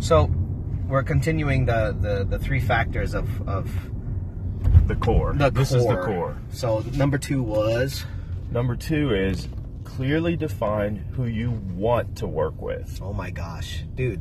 So we're continuing the, the, the three factors of, of The core. the this core. is the core. So number two was Number two is clearly define who you want to work with. oh my gosh, dude.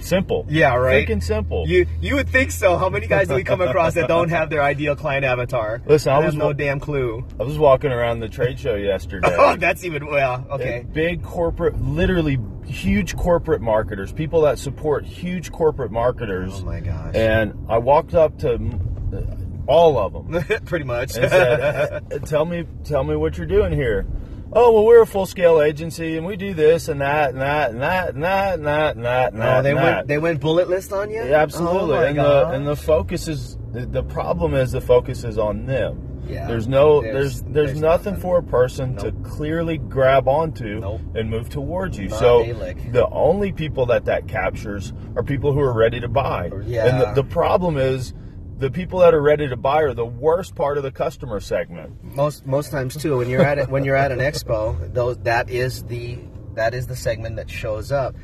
Simple. Yeah, right. Freaking simple. You you would think so. How many guys do we come across that don't have their ideal client avatar? Listen, I And was have no wa- damn clue. I was walking around the trade show yesterday. Oh, that's even well. Okay. And Big corporate, literally huge corporate marketers, people that support huge corporate marketers. Oh my gosh. And I walked up to mm, all of them Pretty much. and said, "Uh, "Tell me, tell me what you're doing here." Oh well, we're a full scale agency, and we do this and that and that and that and that and that and that. and oh, that they and went that. they went bullet list on you. Yeah, absolutely. Oh my and God. the and the focus is the, the problem is the focus is on them. Yeah. There's no There's- there's there's, there's nothing, nothing. for a person to clearly grab onto Nope. and move towards you. Not so Dalek. the only people that that captures are people who are ready to buy. Yeah. And the, the problem is the people that are ready to buy are the worst part of the customer segment. most most times too when you're at it when you're at an expo those that is the that is the segment that shows up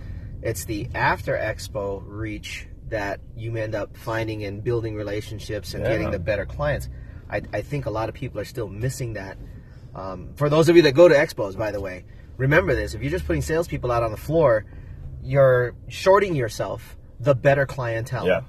it's the after expo reach that you end up finding and building relationships and getting Yeah. the better clients I, I think a lot of people are still missing that um, for those of you that go to expos by the way remember this if you're just putting salespeople out on the floor you're shorting yourself the better clientele Yeah.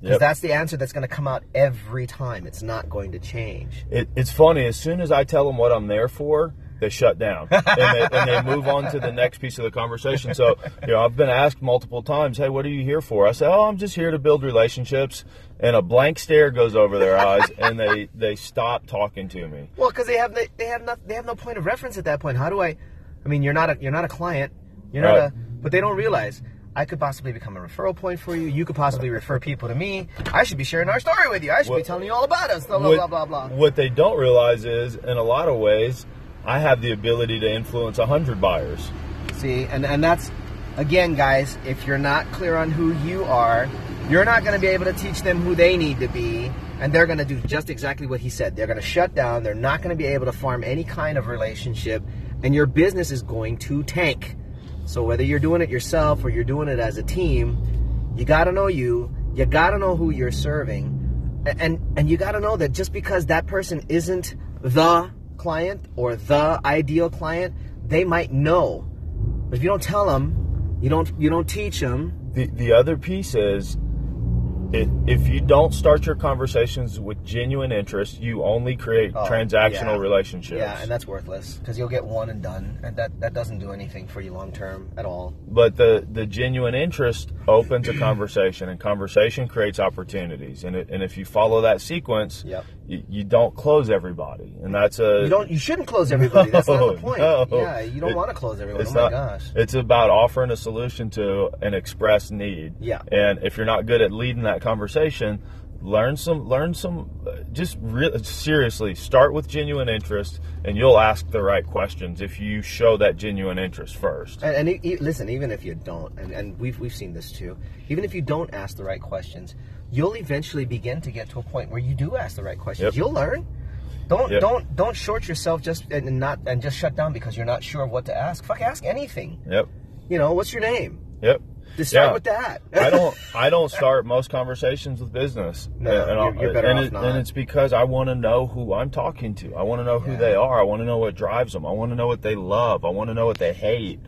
because Yep. that's the answer that's going to come out every time it's not going to change It, it's funny. As soon as I tell them what I'm there for, they shut down and they, and they move on to the next piece of the conversation. So, you know, I've been asked multiple times, "Hey, what are you here for?" I say, "Oh, I'm just here to build relationships." And a blank stare goes over their eyes, and they they stop talking to me. Well, because they have no, they have not they have no point of reference at that point. How do I? I mean, you're not a you're not a client. You're not Right. a. But they don't realize I could possibly become a referral point for you. You could possibly refer people to me. I should be sharing our story with you. I should be What- telling you all about us. Blah blah what, blah blah blah. What they don't realize is, in a lot of ways, I have the ability to influence hundred buyers. See, and and that's again, guys. If you're not clear on who you are, you're not going to be able to teach them who they need to be. And they're going to do just exactly what he said. They're going to shut down. They're not going to be able to farm any kind of relationship, and your business is going to tank. So whether you're doing it yourself or you're doing it as a team, you got to know you. You got to know who you're serving, a- and and you got to know that just because that person isn't the client or the ideal client, they might know. But if you don't tell them, you don't you don't teach them. The the other piece is it, if you don't start your conversations with genuine interest, you only create transactional Oh, yeah. relationships. Yeah, and that's worthless because you'll get one and done, and that that doesn't do anything for you long term at all. but the the genuine interest opens a conversation, and conversation creates opportunities. And it, and if you follow that sequence, Yep. you, you don't close everybody, and that's a You don't you shouldn't close everybody. that's not the No, point. Oh, no. Yeah, you don't It- want to close everyone. It's Oh my not- gosh. It's about offering a solution to an expressed need. Yeah. And if you're not good at leading that conversation, learn some. Learn some. uh, Just re- seriously, start with genuine interest, and you'll ask the right questions if you show that genuine interest first. And, and e- e- listen, even if you don't, and, and we've, we've seen this too, even if you don't ask the right questions, you'll eventually begin to get to a point where you do ask the right questions. Yep. You'll learn. Don't Yep. don't don't short yourself just and and not and just shut down because you're not sure of what to ask. Fuck, ask anything. Yep. You know, what's your name? Yep. Just start Yeah. with that. I don't. I don't start most conversations with business. No, I'll- you're- you're better and off it- not. And it's because I want to know who I'm talking to. I want to know who Yeah. they are. I want to know what drives them. I want to know what they love. I want to know what they hate,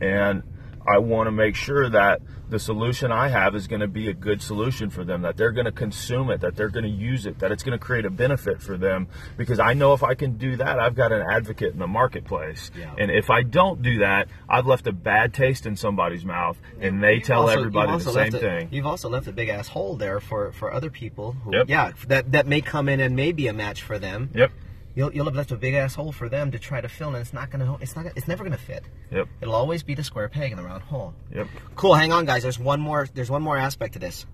and I want to make sure that the solution I have is going to be a good solution for them. That they're going to consume it. That they're going to use it. That it's going to create a benefit for them. Because I know if I can do that, I've got an advocate in the marketplace. Yeah. And if I don't do that, I've left a bad taste in somebody's mouth, and they You've tell also- everybody you've the also same left a- thing. You've also left a big ass hole there for for other people. Who, Yep. Yeah, that that may come in and may be a match for them. Yep. You'll, you'll have left a big ass hole for them to try to fill, and it's not gonna. It's not. It's never gonna fit. Yep. It'll always be the square peg in the round hole. Yep. Cool. Hang on, guys. There's one more. There's one more aspect to this.